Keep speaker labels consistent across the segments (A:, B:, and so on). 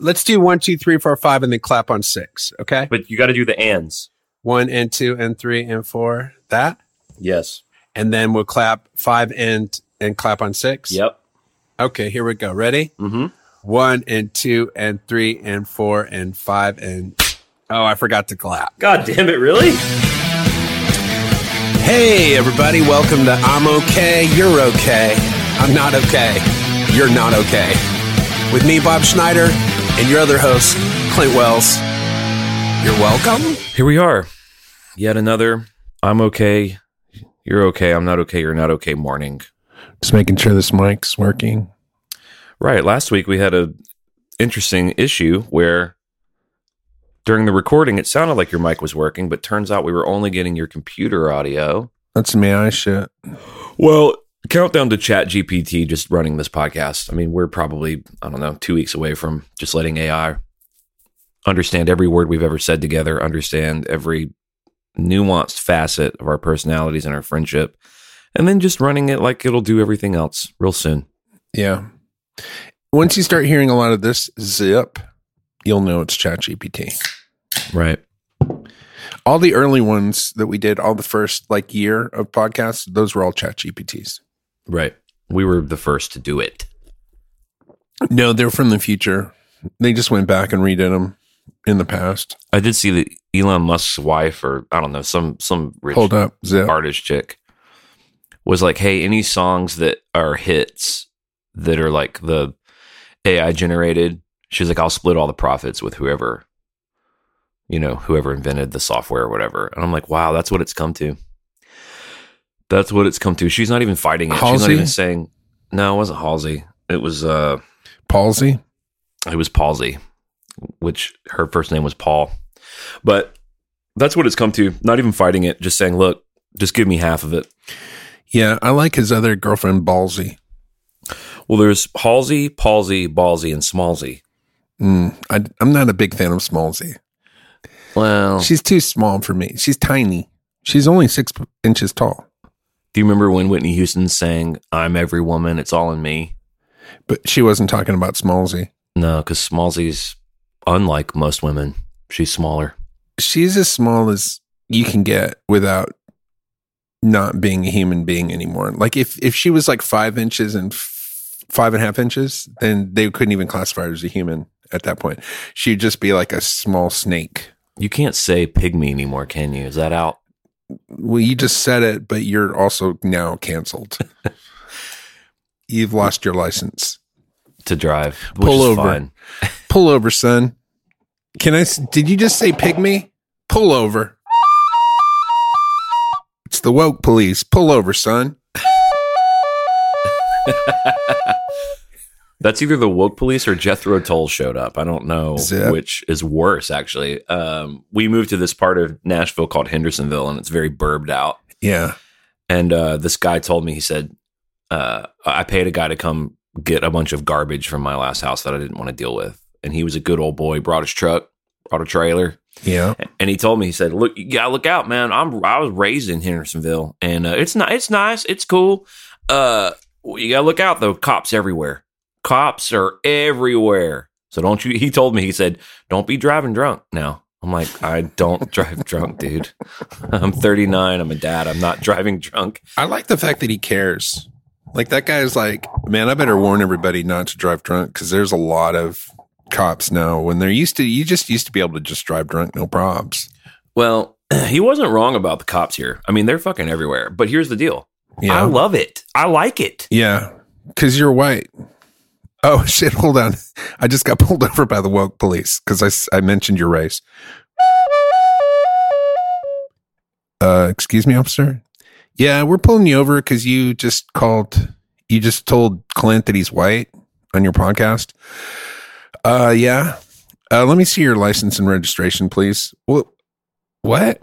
A: Let's do one, two, three, four, five, and then clap on six. Okay.
B: But you got to do the ands.
A: One and two and three and four. That.
B: Yes.
A: And then we'll clap five and and clap on six.
B: Yep.
A: Okay, here we go. Ready?
B: Mm-hmm.
A: One and two and three and four and five and oh, I forgot to clap.
B: God damn it! Really?
A: Hey, everybody, welcome to I'm Okay, You're Okay, I'm Not Okay, You're Not Okay. With me, Bob Schneider, and your other host, Clint Wells. You're welcome.
B: Here we are. Yet another. I'm okay. You're okay. I'm not okay. You're not okay. Morning.
A: Just making sure this mic's working.
B: Right. Last week we had a interesting issue where during the recording it sounded like your mic was working, but turns out we were only getting your computer audio.
A: That's me, I shit.
B: Well, countdown to Chat GPT just running this podcast. I mean, we're probably, I don't know, two weeks away from just letting AI understand every word we've ever said together, understand every nuanced facet of our personalities and our friendship, and then just running it like it'll do everything else real soon.
A: Yeah. Once you start hearing a lot of this zip, you'll know it's ChatGPT.
B: Right.
A: All the early ones that we did, all the first like year of podcasts, those were all ChatGPTs.
B: Right. We were the first to do it.
A: No, they're from the future. They just went back and redid them in the past.
B: I did see that Elon Musk's wife, or I don't know, some some rich
A: Hold up, zip.
B: artist chick, was like, "Hey, any songs that are hits that are like the AI generated." She's like, "I'll split all the profits with whoever, you know, whoever invented the software or whatever." And I'm like, "Wow, that's what it's come to. That's what it's come to." She's not even fighting it. She's not
A: Halsey?
B: even saying, "No, it wasn't Halsey. It was uh."
A: Palsy.
B: it was palsy, which her first name was Paul. But that's what it's come to. Not even fighting it, just saying, look, just give me half of it.
A: Yeah, I like his other girlfriend, Ballsy.
B: Well, there's Halsey, Palsy, Ballsy, and Smallsy.
A: Mm, I, I'm not a big fan of Smallsy.
B: Well,
A: She's too small for me. She's tiny. She's only six p- inches tall,
B: do you remember when Whitney Houston sang, I'm every woman, it's all in me?
A: but she wasn't talking about Smallsy.
B: No, because Smallsy's unlike most women. She's smaller.
A: She's as small as you can get without not being a human being anymore. Like if if she was like five inches and f- five and a half inches, then they couldn't even classify her as a human at that point. She'd just be like a small snake.
B: You can't say pygmy anymore, can you? Is that out?
A: Well, you just said it, but you're also now canceled. You've lost your license.
B: To drive, which
A: Pull
B: is
A: over.
B: fine.
A: Pull over, son. Can I? s- Did you just say pygmy? Pull over. It's the woke police. Pull over, son.
B: That's either the woke police or Jethro Tull showed up. I don't know
A: Zip.
B: which is worse, actually. Um, we moved to this part of Nashville called Hendersonville, and it's very burbed out.
A: Yeah.
B: And uh, this guy told me, he said, uh, I paid a guy to come get a bunch of garbage from my last house that I didn't want to deal with. And he was a good old boy, brought his truck, brought a trailer,
A: Yeah.
B: and he told me, he said, "Look, you gotta look out, man. I'm I was raised in Hendersonville, and uh, it's not it's nice, it's cool. Uh, you gotta look out though. Cops everywhere. Cops are everywhere. So don't you?" He told me, he said, "Don't be driving drunk now." I'm like, I don't drive drunk, dude. I'm 39. I'm a dad. I'm not driving drunk.
A: I like the fact that he cares. Like that guy is like, man, I better warn everybody not to drive drunk because there's a lot of cops now. When they're used to, you just used to be able to just drive drunk, no probs.
B: Well, he wasn't wrong about the cops here. I mean, they're fucking everywhere. But here's the deal. I
A: Yeah.
B: love it. I like it.
A: yeah. Because you're white. Oh shit! Hold on. I just got pulled over by the woke police because I s- I mentioned your race. uh, excuse me, officer. Yeah, we're pulling you over because you just called, you just told Clint that he's white on your podcast. Uh, yeah. Uh, let me see your license and registration, please. What? What?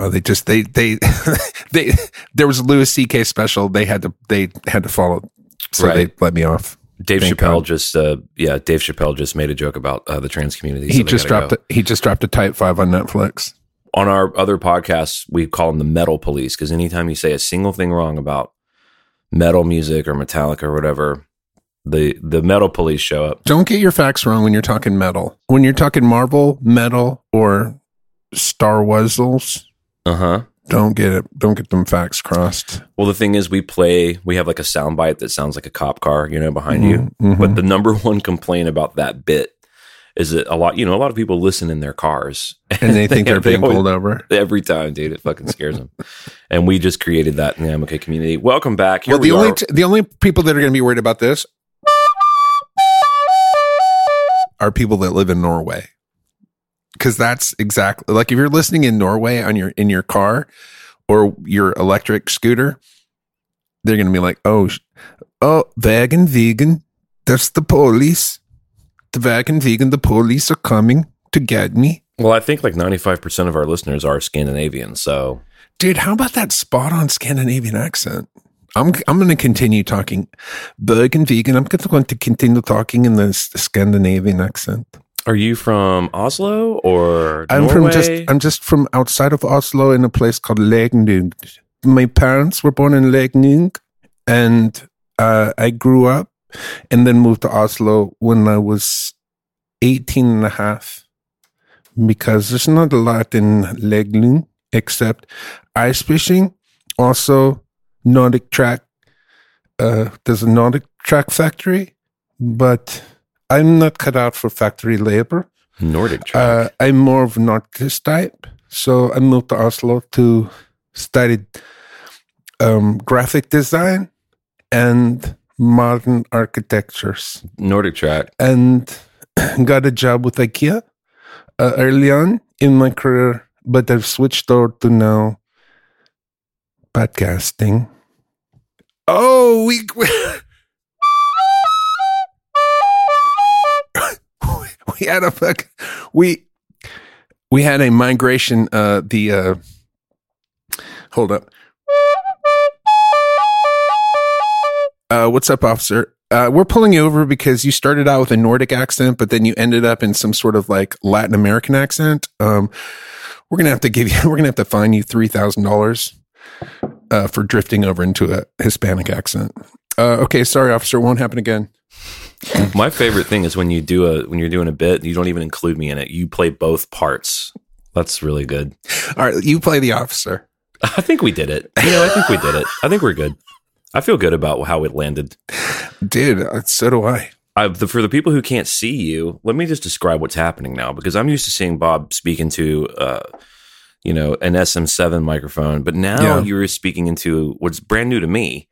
A: Oh, they just they they they there was a Louis C.K. special. They had to they had to follow, so
B: Right.
A: they let me off.
B: Dave
A: Thank
B: Chappelle
A: God.
B: just, uh, yeah, Dave Chappelle just made a joke about uh, the trans community. so
A: he
B: they
A: just
B: gotta
A: dropped
B: go.
A: a, he just dropped a type five on Netflix.
B: On our other podcasts, we call them the metal police because anytime you say a single thing wrong about metal music or Metallica or whatever, The the metal police show up.
A: Don't get your facts wrong when you're talking metal. When you're talking Marvel, metal, or Star Wuzzles,
B: Uh
A: Uh-huh.
B: huh.
A: don't get it. Don't get them facts crossed.
B: Well, the thing is, we play. We have like a soundbite that sounds like a cop car, you know, behind you.
A: Mhm.
B: But the number one complaint about that bit is that a lot, you know, a lot of people listen in their cars
A: and they think they're being
B: always-
A: pulled over.
B: every time, dude. It fucking scares them. and we just created that in the MLK community. Welcome back. Here
A: well,
B: we
A: the only
B: are.
A: t- the only people that are going to be worried about this are people that live in Norway, because that's exactly like if you're listening in Norway on your in your car or your electric scooter, they're going to be like, oh, sh- oh, vegan, vegan, that's the police. The vegan, vegan, the police are coming to get me.
B: well, I think like ninety five percent of our listeners are Scandinavian, so
A: Dude, how about that spot on Scandinavian accent? I'm I'm going to continue talking Bergen vegan. I'm just going to continue talking in this Scandinavian accent.
B: Are you from Oslo or
A: I'm from
B: Norway?
A: just I'm just from outside of Oslo in a place called Legenung. My parents were born in Legenung, and uh, I grew up and then moved to Oslo when I was 18 and a half because there's not a lot in Legenung except ice fishing, also Nordic track. Uh, there's a Nordic track factory, but I'm not cut out for factory labor.
B: Nordic. tribe.
A: Uh, I'm more of an artist type, so I moved to Oslo to study um, graphic design and modern architectures,
B: Nordic track.
A: and got a job with IKEA uh, early on in my career. But I've switched over to now podcasting. Oh, we. we had a fuck we we had a migration uh the uh hold up uh what's up officer uh we're pulling you over because you started out with a nordic accent but then you ended up in some sort of like latin american accent um we're gonna have to give you we're gonna have to fine you three thousand dollars uh for drifting over into a hispanic accent uh okay sorry officer won't happen again
B: My favorite thing is when you do a when you're doing a bit, you don't even include me in it. You play both parts. That's really good.
A: all right you play the officer
B: I think we did it. You know, I think we did it. I think we're good. I feel good about how it landed.
A: Dude, uh, so do I.
B: I, the, for the people who can't see you, let me just describe what's happening now because I'm used to seeing Bob speaking to, uh, you know, an SM7 microphone, but now
A: Yeah.
B: you're speaking into what's brand new to me,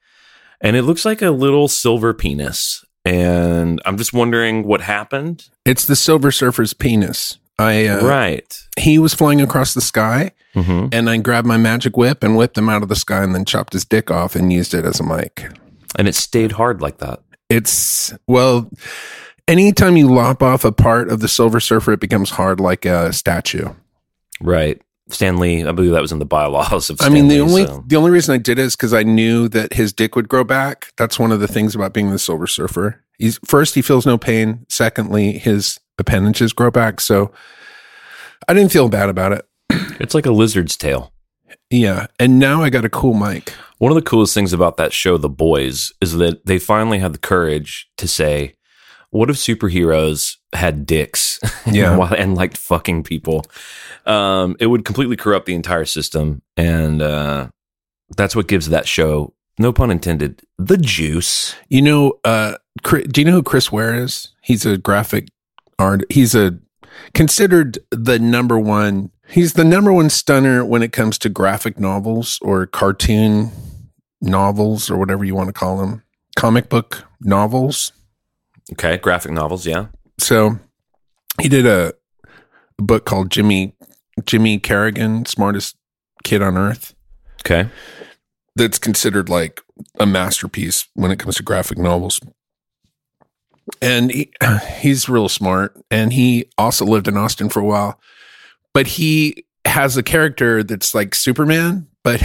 B: and it looks like a little silver penis. And I'm just wondering what happened.
A: It's the Silver Surfer's penis. I uh,
B: right.
A: he was flying across the sky,
B: hmm
A: and I grabbed my magic whip and whipped him out of the sky, and then chopped his dick off and used it as a mic.
B: And it stayed hard like that.
A: It's well, anytime you lop off a part of the Silver Surfer, it becomes hard like a statue.
B: Right. Stanley, I believe that was in the bylaws of.
A: I mean, the
B: Stanley,
A: only
B: so-
A: the only reason I did it is because I knew that his dick would grow back. That's one of the things about being the Silver Surfer. He's first, he feels no pain. Secondly, his appendages grow back. So I didn't feel bad about it.
B: it's like a lizard's tail.
A: Yeah, and now I got a cool mic.
B: One of the coolest things about that show, The Boys, is that they finally had the courage to say, "What if superheroes had dicks,
A: Yeah.
B: While- and liked fucking people? Um, it would completely corrupt the entire system, and uh, that's what gives that show, no pun intended, the juice."
A: You know, uh, Chri- do you know who Chris Ware is? He's a graphic art. He's a considered the number one. He's the number one stunner when it comes to graphic novels or cartoon novels or whatever you want to call them, comic book novels.
B: Okay, graphic novels, yeah.
A: So he did a book called Jimmy Jimmy Kerrigan, smartest kid on earth.
B: Okay,
A: that's considered like a masterpiece when it comes to graphic novels. And he, he's real smart. And he also lived in Austin for a while. But he has a character that's like Superman, but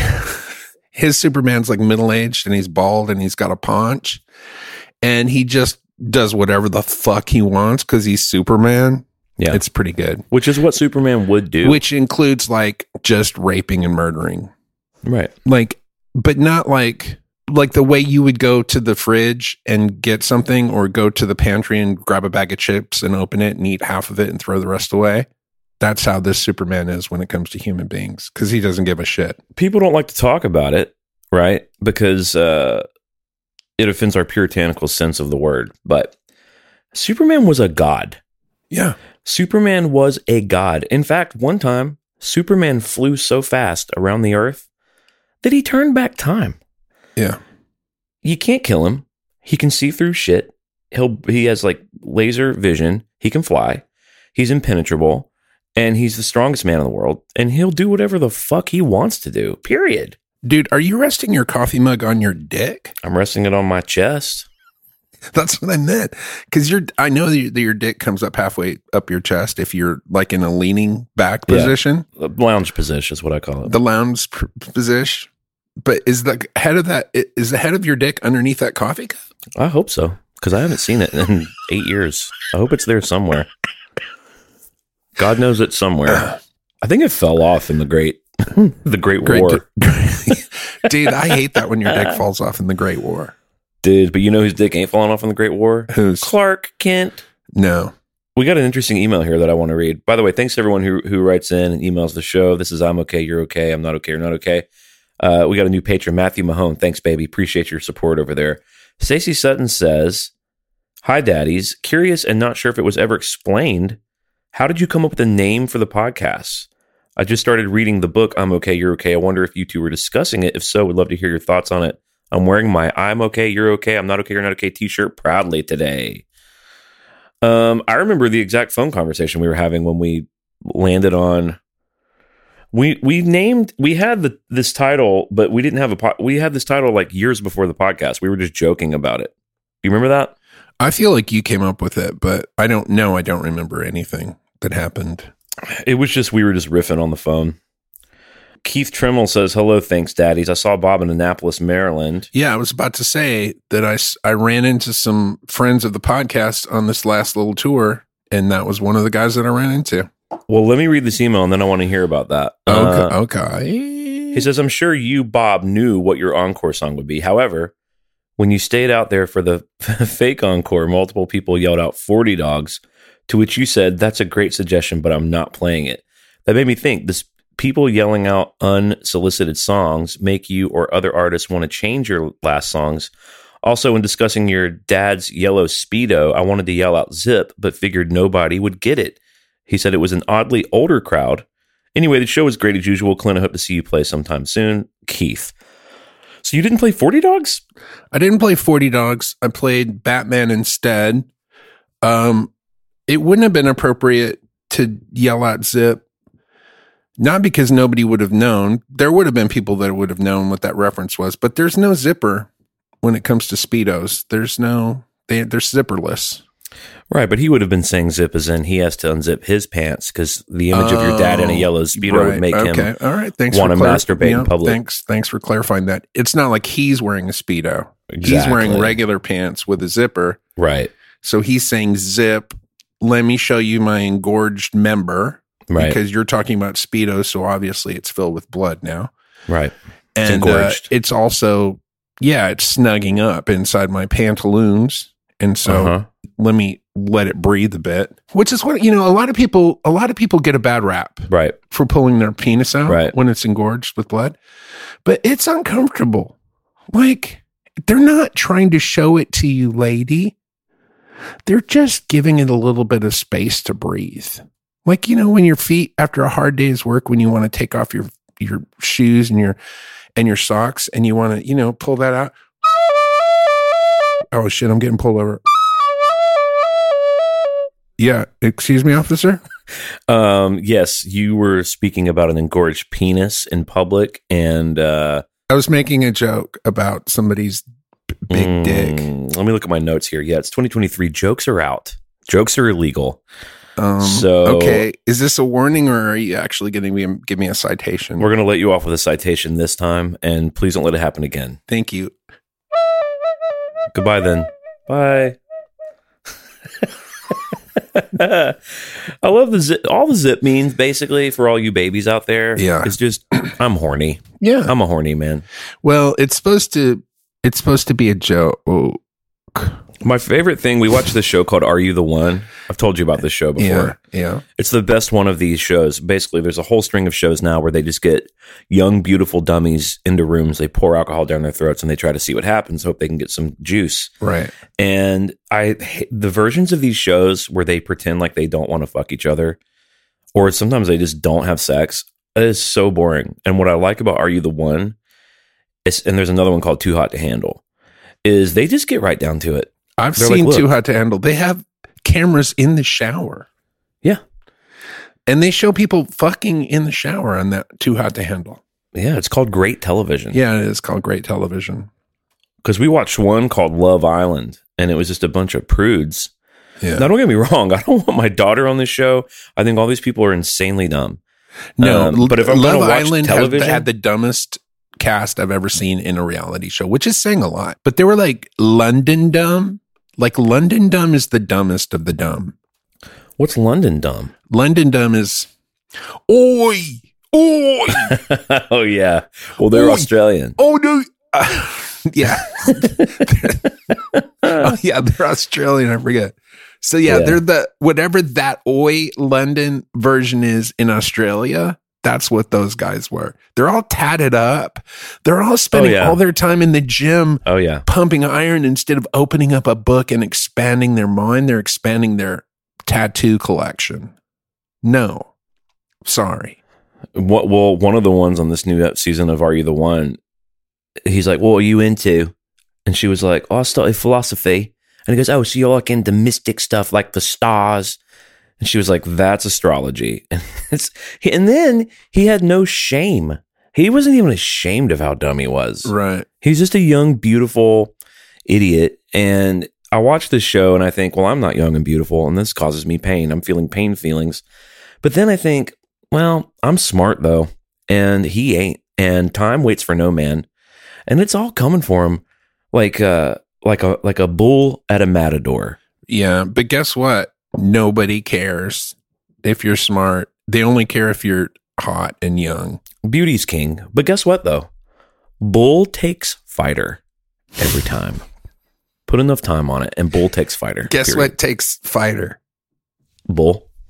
A: his Superman's like middle aged and he's bald and he's got a paunch. And he just does whatever the fuck he wants because he's Superman.
B: yeah.
A: It's pretty good,
B: Which is what Superman would do,
A: which includes like just raping and murdering
B: right?
A: like but not like like the way you would go to the fridge and get something or go to the pantry and grab a bag of chips and open it and eat half of it and throw the rest away. That's how this Superman is when it comes to human beings because he doesn't give a shit.
C: people don't like to talk about it, right? Because uh, it offends our puritanical sense of the word. But Superman was a god.
A: Yeah.
C: Superman was a god. In fact, one time, Superman flew so fast around the earth that he turned back time.
A: Yeah.
C: You can't kill him. He can see through shit. He'll he has like laser vision. He can fly. He's impenetrable and he's the strongest man in the world and he'll do whatever the fuck he wants to do. Period.
A: Dude, are you resting your coffee mug on your dick?
C: I'm resting it on my chest.
A: That's what I meant. Because you're, I know that your- that your dick comes up halfway up your chest if you're like in a leaning back
C: Yeah.
A: position,
C: The lounge position is what I call it.
A: the lounge pr- position. But is the head of that, i- is the head of your dick underneath that coffee cup?
C: I hope so because I haven't seen it in eight years. I hope it's there somewhere. God knows it's somewhere. I think it fell off in the great, the Great,
A: Great
C: War,
A: di- Dude, I hate that when your dick falls off in the Great War.
C: dude. But you know whose dick ain't falling off in the Great War?
A: Who's
C: Clark Kent.
A: no?
C: We got an interesting email here that I want to read. By the way, thanks to everyone who who writes in and emails the show. This is I'm okay, you're okay, I'm not okay, you're not okay. Uh, we got a new patron, Matthew Mahone. Thanks, baby. Appreciate your support over there. Stacey Sutton says, "Hi, daddies. Curious and not sure if it was ever explained. How did you come up with a name for the podcast? I just started reading the book. I'm okay, you're okay. I wonder if you two were discussing it. If so, would love to hear your thoughts on it. I'm wearing my I'm okay, you're okay, I'm not okay, you're not okay T-shirt proudly today." Um, I remember the exact phone conversation we were having when we landed on. We we named we had the this title, but we didn't have a po- we had this title like years before the podcast. We were just joking about it. You remember that?
A: I feel like you came up with it, but I don't know. I don't remember anything that happened.
C: It was just we were just riffing on the phone. Keith Tremmel says, "Hello, thanks, daddies. I saw Bob in Annapolis, Maryland.
A: Yeah, I was about to say that I s- I ran into some friends of the podcast on this last little tour, and that was one of the guys that I ran into.
C: Well, let me read this email and then I want to hear about that. Uh,
A: Okay, okay.
C: He says, I'm sure you, Bob, knew what your encore song would be. However, when you stayed out there for the fake encore, multiple people yelled out 40 dogs, to which you said, That's a great suggestion, but I'm not playing it. That made me think this people yelling out unsolicited songs make you or other artists want to change your last songs. Also, when discussing your dad's yellow Speedo, I wanted to yell out zip, but figured nobody would get it. He said it was an oddly older crowd. Anyway, the show was great as usual. Clint, I hope to see you play sometime soon. Keith. So you didn't play 40 Dogs?
A: I didn't play 40 Dogs. I played Batman instead. Um, it wouldn't have been appropriate to yell out Zip, not because nobody would have known. There would have been people that would have known what that reference was, but there's no zipper when it comes to Speedos. There's no, they, they're zipperless.
C: Right, but he would have been saying zip as in he has to unzip his pants because the image of your dad in a
A: Oh,
C: yellow speedo would make him.
A: All right. Thanks
C: wanna
A: for clar-
C: masturbate in
A: yeah,
C: public.
A: Thanks. Thanks for clarifying that. It's not like he's wearing a Speedo. He's wearing
C: Exactly.
A: regular pants with a zipper.
C: Right,
A: So he's saying, Zip, let me show you my engorged member
C: right,
A: because you're talking about Speedo. So obviously it's filled with blood now.
C: right.
A: And uh,
C: engorged.
A: it's also, yeah, it's snugging up inside my pantaloons. And so
C: uh-huh.
A: let me let it breathe a bit, which is what, you know, a lot of people, a lot of people get a bad rap
C: Right.
A: for pulling their penis out
C: Right.
A: when it's engorged with blood, but it's uncomfortable. Like they're not trying to show it to you, lady. They're just giving it a little bit of space to breathe. Like you know, when your feet after a hard day's work, when you want to take off your your shoes and your and your socks, and you want to you know pull that out. Oh shit! I'm getting pulled over. Yeah, excuse me, officer.
C: Um, yes, you were speaking about an engorged penis in public and uh
A: I was making a joke about somebody's b- big
C: mm,
A: dick.
C: Let me look at my notes here. Yeah, it's 2023. Jokes are out. Jokes are illegal.
A: Um,
C: So-
A: okay, is this a warning or are you actually going to give me a citation?
C: We're going to let you off with a citation this time, and please don't let it happen again.
A: Thank you.
C: Goodbye then. Bye. I love the zip. All the zip means basically for all you babies out there.
A: Yeah.
C: It's just, I'm horny.
A: Yeah.
C: I'm a horny man.
A: Well, it's Um, supposed to It's supposed to be a joke. Oh,
C: My favorite thing, we watched this show called Are You the One? I've told you about this show before.
A: Yeah, yeah.
C: It's the best one of these shows. Basically, there's a whole string of shows now where they just get young, beautiful dummies into rooms. They pour alcohol down their throats and they try to see what happens, hope they can get some juice.
A: Right.
C: And I h- the versions of these shows where they pretend like they don't want to fuck each other, or sometimes they just don't have sex. It is so boring. And what I like about Are You the One? Is, and there's another one called Too Hot to Handle. Is they just get right down to it.
A: I've
C: They're like,
A: seen
C: "Look."
A: Too Hot to Handle. They have cameras in the shower.
C: Yeah.
A: And they show people fucking in the shower on that Too Hot to Handle.
C: Yeah, it's called Great Television.
A: Yeah, it is called Great Television.
C: because we watched one called Love Island, and it was just a bunch of prudes.
A: Yeah.
C: Now, don't get me wrong; I don't want my daughter on this show. I think all these people are insanely dumb.
A: No,
C: Um, but if I'm
A: Love
C: gonna watch
A: Island
C: television-
A: had, had the dumbest cast I've ever seen in a reality show, which is saying a lot. But they were like London dumb. Like London dumb is the dumbest of the dumb.
C: What's London dumb?
A: London dumb is oi, oi,
C: oh yeah, well they're
A: Oi.
C: Australian.
A: oh no, Uh, yeah, oh, yeah, they're Australian. I forget. So yeah,
C: Yeah.
A: they're the whatever that oi London version is in Australia. That's what those guys were. They're all tatted up. They're all spending
C: yeah.
A: all their time in the gym
C: Oh yeah,
A: pumping iron instead of opening up a book and expanding their mind. They're expanding their tattoo collection. No, sorry.
C: what? Well, one of the ones on this new season of Are You the One? He's like, "What are you into?" And she was like, "Oh, I started philosophy." And he goes, "Oh, so you're like into mystic stuff, like the stars." And she was like, "That's astrology." And it's, and then he had no shame. He wasn't even ashamed of how dumb he was.
A: Right.
C: He's just a young, beautiful idiot. And I watch this show and I think, well, I'm not young and beautiful, and this causes me pain. I'm feeling pain feelings. But then I think, well, I'm smart though, and he ain't. And time waits for no man, and it's all coming for him, like uh, like a like a bull at a matador.
A: Yeah. But guess what? Nobody cares if you're smart. They only care if you're hot and young.
C: Beauty's king. But guess what though? Bull takes fighter every time. Put enough time on it, and bull takes fighter.
A: Guess
C: period.
A: what takes fighter?
C: Bull.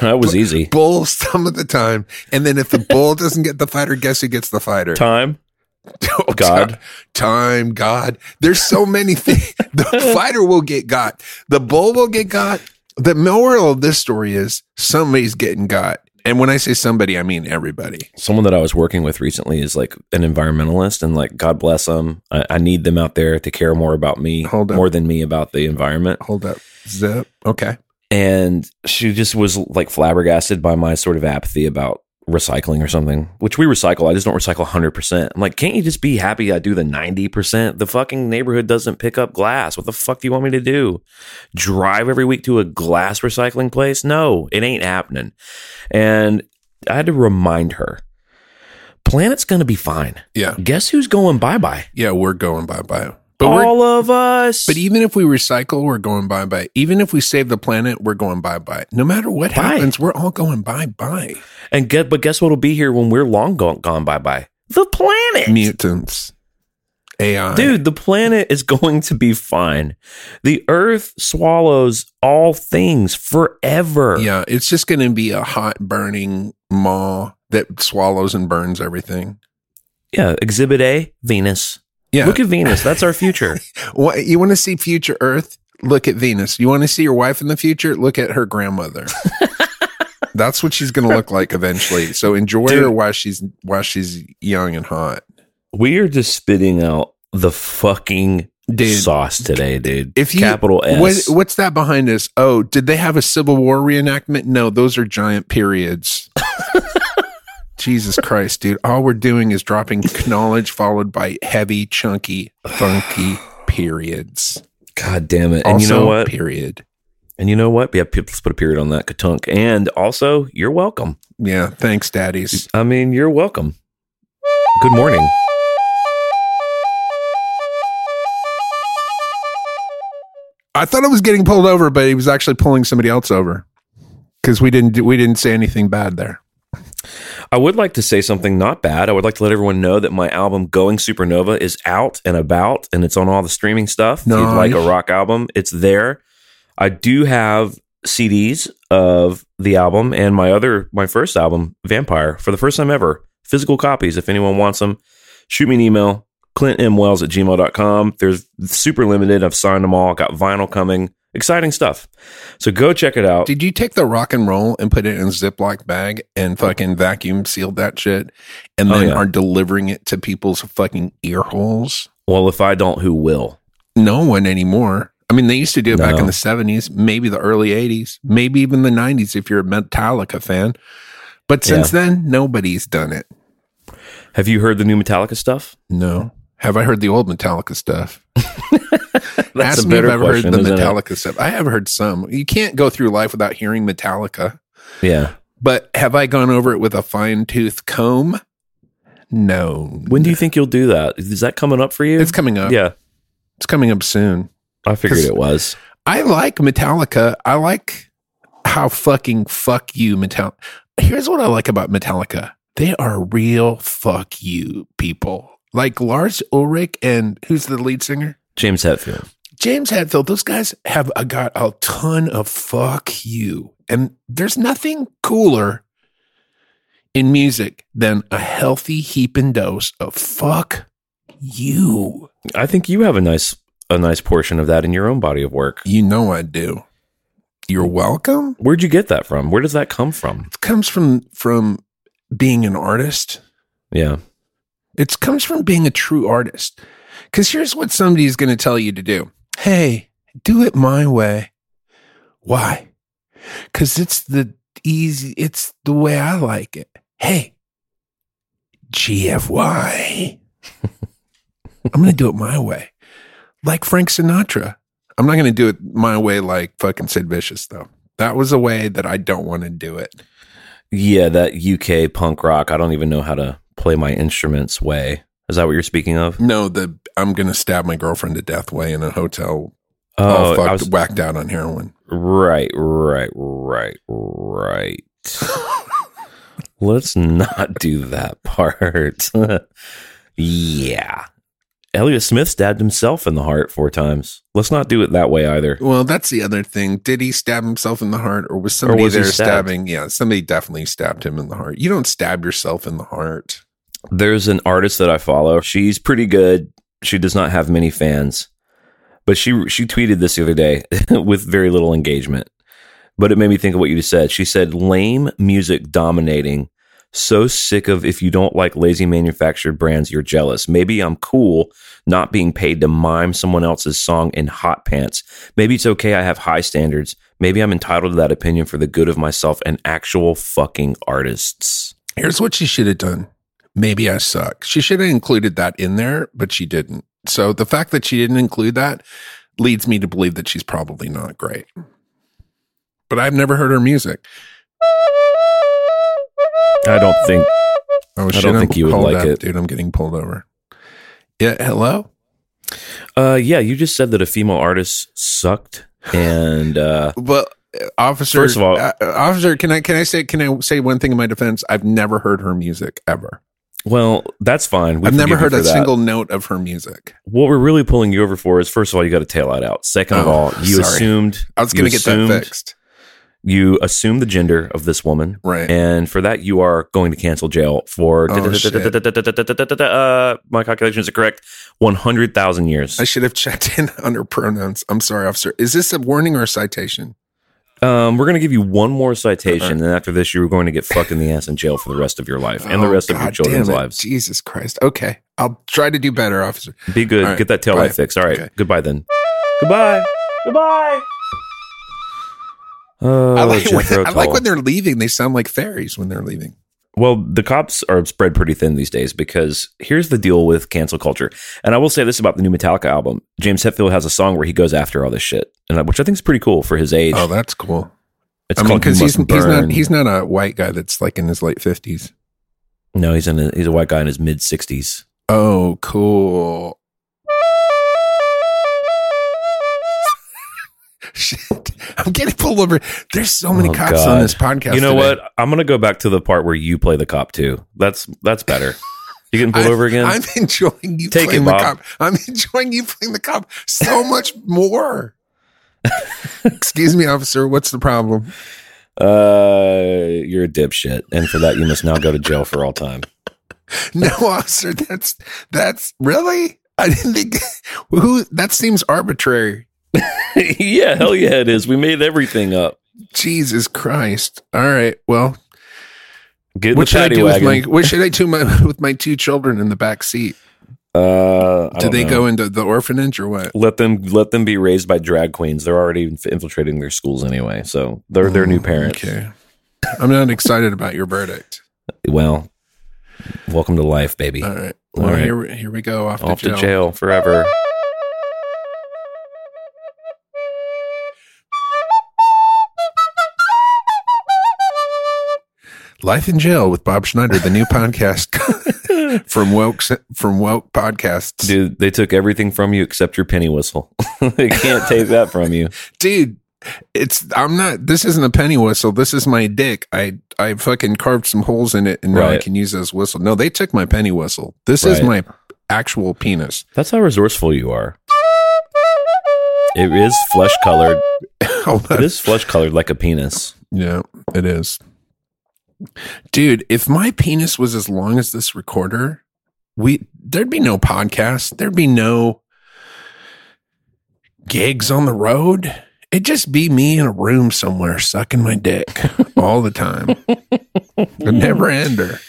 C: that was easy.
A: Bull some of the time. And then if the bull doesn't get the fighter, guess who gets the fighter?
C: Time.
A: Oh,
C: God.
A: ti- time, God. There's so many things. The fighter will get got. The bull will get got. The moral of this story is somebody's getting got. And when I say somebody, I mean everybody.
C: Someone that I was working with recently is like an environmentalist, and like God bless them. I, I need them out there to care more about me,
A: Hold up.
C: more than me about the environment.
A: Hold up. Zip. Okay.
C: And she just was like flabbergasted by my sort of apathy about recycling or something, which we recycle. I just don't recycle 100%. I'm like, can't you just be happy I do the 90%? The fucking neighborhood doesn't pick up glass. What the fuck do you want me to do? Drive every week to a glass recycling place? No, it ain't happening. And I had to remind her planet's going to be fine.
A: Yeah.
C: Guess who's going bye bye?
A: Yeah. We're going bye bye. But we're,
C: All of us.
A: but even if we recycle, we're going bye bye. Even if we save the planet, we're going bye bye. No matter what
C: Bye.
A: happens, we're all going bye bye.
C: and get, but guess what'll be here when we're long gone, gone bye bye? The planet.
A: Mutants. AI.
C: Dude, the planet is going to be fine. The Earth swallows all things forever.
A: Yeah, it's just going to be a hot burning maw that swallows and burns everything.
C: Yeah, Exhibit A, Venus.
A: Yeah.
C: Look at Venus. That's our future.
A: what, you want to see future Earth? Look at Venus. You want to see your wife in the future? Look at her grandmother. That's what she's going to look like eventually. So enjoy her
C: Dude.
A: while she's while she's young and hot,
C: we are just spitting out the fucking sauce today, dude.
A: If you-
C: Capital
A: What,
C: S.
A: what's that behind us? Oh, did they have a Civil War reenactment? No, those are giant periods. Jesus Christ, dude. All we're doing is dropping knowledge followed by heavy, chunky, funky periods.
C: God damn it. And you
A: Also,
C: know what?
A: Period.
C: And you know what? Yeah, p- let's put a period on that katunk. And also, you're welcome.
A: Yeah. Thanks, daddies.
C: I mean, you're welcome. Good morning.
A: I thought I was getting pulled over, but he was actually pulling somebody else over because we didn't do, we didn't say anything bad there.
C: I would like to say something not bad. I would like to let everyone know that my album Going Supernova is out and about and it's on all the streaming stuff. If you'd like a
A: Nice.
C: rock album, it's there. I do have CDs of the album and my other my first album Vampire for the first time ever. Physical copies if anyone wants them. Shoot me an email clintmwells at gmail.com. There's super limited. I've signed them all. Got vinyl coming. Exciting stuff. So go check it out.
A: Did you take the rock and roll and put it in a Ziploc bag and fucking vacuum sealed that shit and
C: Oh,
A: then
C: yeah.
A: are delivering it to people's fucking ear holes?
C: Well, if I don't, who will?
A: No one anymore. I mean, they used to do it back
C: No.
A: in the 70s, maybe the early 80s, maybe even the 90s if you're a Metallica fan. But since then, nobody's done it.
C: Have you heard the new Metallica stuff?
A: No. Have I heard the old Metallica stuff?
C: That's
A: Ask
C: a
A: me if
C: better
A: I've heard
C: question.
A: the
C: isn't it?
A: Metallica stuff. I have heard some. You can't go through life without hearing Metallica.
C: Yeah.
A: But have I gone over it with a fine tooth comb? No.
C: When do you think you'll do that? Is that coming up for you?
A: It's coming up.
C: Yeah,
A: It's coming up soon.
C: I figured
A: 'Cause-
C: it was.
A: I like Metallica. I like how fucking fuck you Metallica. Here's what I like about Metallica. They are real fuck you people. Like Lars Ulrich and who's the lead singer?
C: James Hetfield.
A: James Hetfield. Those guys have uh, got a ton of fuck you. And there's nothing cooler in music than a healthy heaping dose of fuck you.
C: I think you have a nice a nice portion of that in your own body of work.
A: You know I do. You're welcome.
C: Where'd you get that from? Where does that come from?
A: comes from from being an artist.
C: Yeah.
A: It comes from being a true artist. Cuz here's what somebody's going to tell you to do. Hey, do it my way. Why? Cuz it's the easy it's the way I like it. Hey. GFY. I'm going to do it my way. Like Frank Sinatra. I'm not going to do it my way like fucking Sid Vicious though. That was a way that I don't want to do it.
C: Yeah, that UK punk rock. I don't even know how to play my instruments way. Is that what you're speaking of?
A: No, the I'm gonna stab my girlfriend to death way in a hotel. all
C: Oh, I
A: fucked,
C: was,
A: whacked out on heroin.
C: right, right, right, right. Let's not do that part. yeah. Elliot Smith stabbed himself in the heart four times. Let's not do it that way either.
A: Well, that's the other thing. Did he stab himself in the heart, or was somebody
C: was he
A: there
C: stabbed?
A: stabbing? Yeah, somebody definitely stabbed him in the heart. You don't stab yourself in the heart.
C: There's an artist that I follow. She's pretty good. She does not have many fans, but she she tweeted this the other day with very little engagement. But it made me think of what you just said. She said, "Lame music dominating. So sick of if you don't like lazy manufactured brands, you're jealous. Maybe I'm cool not being paid to mime someone else's song in hot pants. Maybe it's okay. I have high standards. Maybe I'm entitled to that opinion for the good of myself and actual fucking artists."
A: Here's what she should have done. Maybe I suck. She should have included that in there, but she didn't. So the fact that she didn't include that leads me to believe that she's probably not great. But I've never heard her music.
C: I don't think
A: Oh,
C: don't
A: shit, I'm
C: think you would
A: pulled
C: like
A: up,
C: it.
A: dude. I'm getting pulled over. Yeah, hello.
C: Uh, yeah, you just said that a female artist sucked, and uh,
A: Well, uh, officer.
C: First of all-
A: uh, uh, officer, can I can I say can I say one thing in my defense? I've never heard her music ever.
C: well, that's fine. We
A: I've never
C: forgive you
A: heard
C: for
A: a
C: that.
A: single note of her music.
C: What we're really pulling you over for is, first of all, you got a tail light out. Second of
A: Oh,
C: all, you
A: sorry.
C: assumed
A: I was
C: You
A: going to get that
C: assumed-
A: fixed,
C: you assumed the gender of this woman,
A: right?
C: and for that, you are going to cancel jail for.
A: Oh, shit.
C: uh, My calculations are correct. One hundred thousand years.
A: I should have checked in on her pronouns. I'm sorry, officer. Is this a warning or a citation?
C: Um, we're going to give you one more
A: Uh-huh.
C: citation, and after this, you're going to get fucked in the ass in jail for the rest of your life and the
A: Oh,
C: rest of your
A: God
C: children's
A: damn it.
C: lives.
A: Jesus Christ. Okay, I'll try to do better, officer.
C: Be good.
A: All right.
C: Get that tail
A: Bye.
C: light fixed. All right.
A: Okay.
C: Goodbye then. Goodbye. Goodbye. Oh,
A: I, like
C: Jethro
A: when, I like
C: Tull.
A: when they're leaving. They sound like fairies when they're leaving.
C: well, the cops are spread pretty thin these days because here's the deal with cancel culture. And I will say this about the new Metallica album: James Hetfield has a song where he goes after all this shit, and I- which I think is pretty cool for his age.
A: Oh, that's cool.
C: it's
A: I mean,
C: called "You
A: because he's,
C: Must
A: he's not
C: Burn."
A: he's not a white guy that's like in his late fifties.
C: no, he's in a, he's a white guy in his mid sixties.
A: Oh, cool. Shit. I'm getting pulled over. There's so many
C: Oh,
A: cops
C: God.
A: on this podcast.
C: you know
A: today.
C: what? I'm gonna go back to the part where you play the cop too. That's that's better. You getting pulled
A: I-
C: over again?
A: I'm enjoying you
C: Take
A: playing
C: it,
A: the
C: Bob.
A: cop. I'm enjoying you playing the cop so much more. Excuse me, officer. What's the problem?
C: uh, you're a dipshit, and for that you must now go to jail for all time.
A: No, officer. That's that's really. I didn't think who that seems arbitrary.
C: yeah, hell yeah, it is. We made everything up.
A: Jesus Christ! All right. Well,
C: Get in
A: what
C: the
A: should I
C: paddy
A: do
C: wagon.
A: with my? What should I do my, with my two children in the back seat?
C: uh, I
A: Do
C: don't
A: they
C: know.
A: go into the orphanage or what?
C: Let them let them be raised by drag queens. They're already inf- infiltrating their schools anyway, so they're their new parents.
A: Oh, Okay. I'm not excited about your verdict.
C: Well, welcome to life, baby.
A: All right. Well,
C: All right.
A: Here, we- here we go. Off,
C: Off
A: to jail.
C: to jail forever.
A: Life in Jail with Bob Schneider, the new podcast from Welk's from Welk Podcasts. Dude.
C: Dude, they took everything from you except your penny whistle. they can't take that from you.
A: it's I'm not. This isn't a penny whistle. This is my dick. I I fucking carved some holes in it, and now I
C: Right.
A: can use it as a whistle. No, they took my penny whistle. This is my
C: Right.
A: actual penis.
C: That's how resourceful you are. It is flesh colored.
A: Hold
C: It
A: on.
C: is flesh colored like a penis.
A: Yeah, it is. Dude, if my penis was as long as this recorder, we there'd be no podcast. There'd be no gigs on the road. It'd just be me in a room somewhere sucking my dick all the time. A never ender.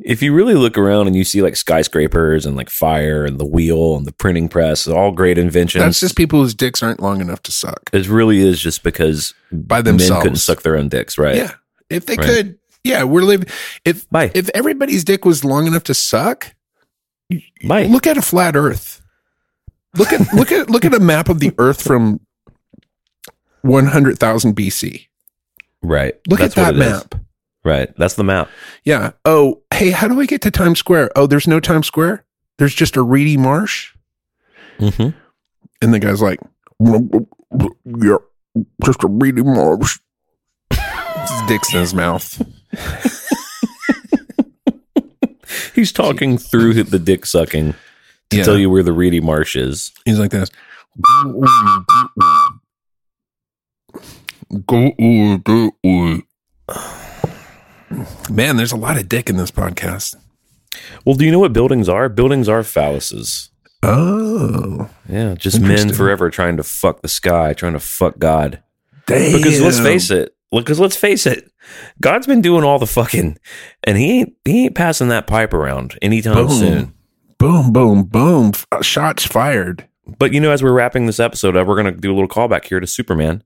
C: If you really look around and you see like skyscrapers and like fire and the wheel and the printing press, all great inventions.
A: That's just people whose dicks aren't long enough to suck
C: it really is just because
A: by
C: men couldn't
A: themselves.
C: suck their own dicks, right?
A: Yeah. If they
C: Right.
A: could, yeah, we're living if
C: Bye.
A: if everybody's dick was long enough to suck,
C: Bye.
A: Look at a flat Earth. Look at look at look at a map of the Earth from one hundred thousand BC.
C: right.
A: Look
C: That's
A: at that
C: what it is.
A: map.
C: Right. That's the map.
A: Yeah. Oh, hey, how do I get to Times Square? Oh, there's no Times Square. There's just a reedy marsh.
C: Mm-hmm.
A: And the guy's like, "Yeah, just a reedy marsh." His dick's in his mouth.
C: He's talking through the dick sucking to
A: Yeah.
C: tell you where the reedy marsh is.
A: He's like this. Man, there's a lot of dick in this podcast.
C: Well, do you know what buildings are? Buildings are phalluses.
A: Oh,
C: Yeah, just men
A: Interesting.
C: forever trying to fuck the sky, trying to fuck God.
A: damn.
C: Because let's face it, because let's face it, God's been doing all the fucking, and he ain't he ain't passing that pipe around anytime
A: Boom.
C: soon.
A: Boom, boom, boom. F- Shots fired.
C: But you know, as we're wrapping this episode up, we're gonna do a little callback here to Superman.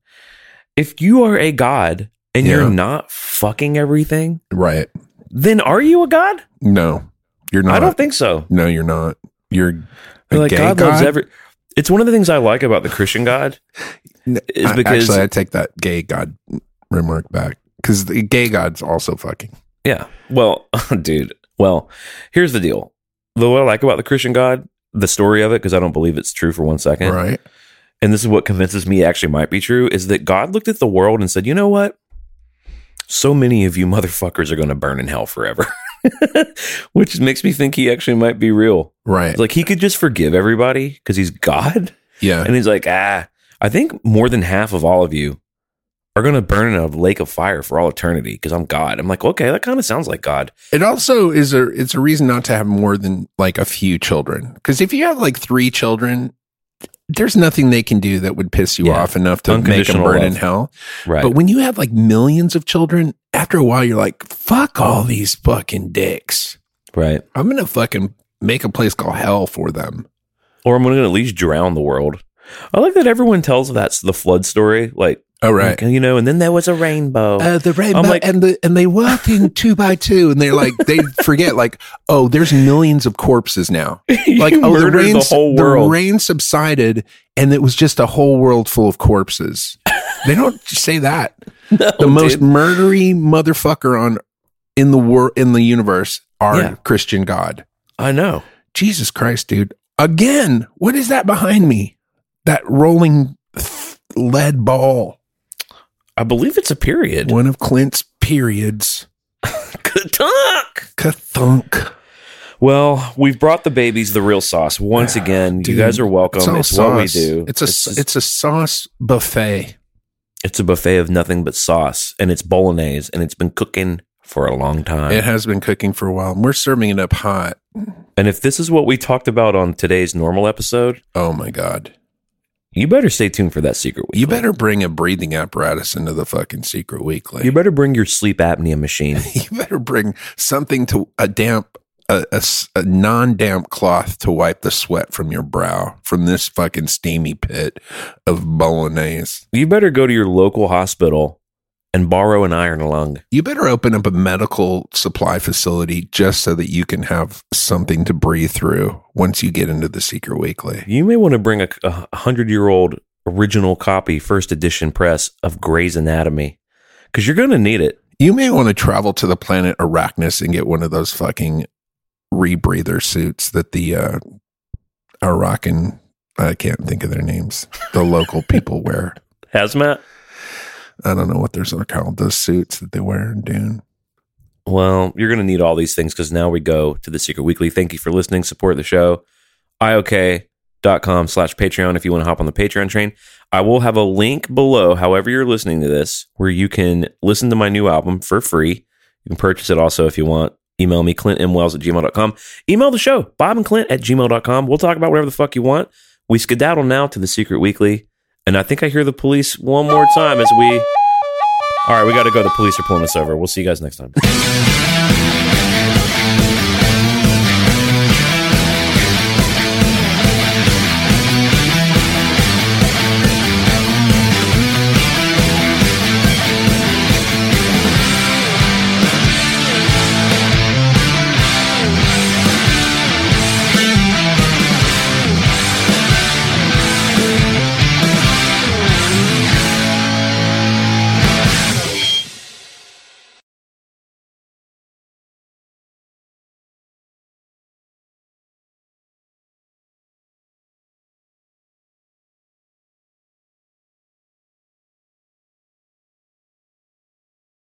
C: If you are a god and
A: Yeah.
C: you're not fucking everything,
A: Right.
C: then are you a god?
A: No, you're not.
C: I don't think so.
A: no, you're not. You're a
C: Like
A: gay
C: God, loves every. It's one of the things I like about the Christian God.
A: N-
C: is
A: I-
C: because-
A: actually, I take that gay God remark back because the gay God's also fucking.
C: Yeah. Well, dude. Well, here's the deal. The what I like about the Christian God, the story of it, because I don't believe it's true for one second.
A: Right.
C: and this is what convinces me it actually might be true, is that God looked at the world and said, you know what? So many of you motherfuckers are going to burn in hell forever, which makes me think he actually might be real.
A: Right.
C: Like he could just forgive everybody because he's God.
A: yeah.
C: And he's like, ah, I think more than half of all of you are going to burn in a lake of fire for all eternity because I'm God. I'm like, okay, that kind of sounds like God.
A: It also is a it's a reason not to have more than like a few children because if you have like three children, there's nothing they can do that would piss you
C: Yeah.
A: off enough to make them
C: Unconditional
A: burn
C: love.
A: in hell.
C: Right.
A: But when you have like millions of children, after a while you're like, fuck all these fucking dicks.
C: right.
A: I'm gonna fucking make a place called hell for them.
C: Or I'm going to at least drown the world. I like that everyone tells that's the flood story. Like,
A: Oh right.
C: Like, you know, and then there was a rainbow.
A: Uh, the rainbow
C: like-
A: and the and they walked in two by two and they're like they forget like oh there's millions of corpses now like
C: you
A: oh, the,
C: murdered
A: rain,
C: the whole world.
A: rain subsided, and it was just a whole world full of corpses. they don't say that.
C: No,
A: The most
C: dude.
A: murdery motherfucker on in the world in the universe are
C: Yeah.
A: Christian God.
C: I know.
A: Jesus Christ, dude! Again, what is that behind me? That rolling th- lead ball.
C: I believe it's a period.
A: One of Clint's periods.
C: Ka-tunk!
A: Kathunk.
C: Well, we've brought the babies the real sauce once again.
A: Dude,
C: you guys are welcome. It's,
A: all
C: what we
A: sauce.
C: do.
A: It's a
C: it's,
A: it's, a sauce buffet.
C: it's a buffet of nothing but sauce, and it's bolognese, and it's been cooking for a long time.
A: It has been cooking for a while. and We're serving it up hot.
C: And if this is what we talked about on today's normal episode,
A: Oh my god.
C: you better stay tuned for that secret week.
A: You better bring a breathing apparatus into the fucking secret weekly.
C: You better bring your sleep apnea machine.
A: you better bring something to a damp a, a s- a non-damp cloth to wipe the sweat from your brow from this fucking steamy pit of bolognese
C: you better go to your local hospital and borrow an iron lung.
A: you better open up a medical supply facility just so that you can have something to breathe through once you get into the secret weekly
C: You may want to bring a, hundred year old original copy, first edition press of Grey's Anatomy, because you're going to need it.
A: you may want to travel to the planet arachnus and get one of those fucking rebreather suits that the uh Arakan I can't think of their names. The local people wear.
C: Hazmat?
A: I don't know what they're sort of called, those suits that they wear in Dune.
C: Well, you're going to need all these things because now we go to the Secret Weekly. Thank you for listening. Support the show. IOK.com slash Patreon if you want to hop on the Patreon train. I will have a link below, however, you're listening to this, where you can listen to my new album for free. You can purchase it also if you want. Email me, clintmwells at gmail.com. Email the show, Bob and Clint at gmail.com. We'll talk about whatever the fuck you want. We skedaddle now to the Secret Weekly. And I think I hear the police one more time as we. All right, we got to go. The police are pulling us over. We'll see you guys next time.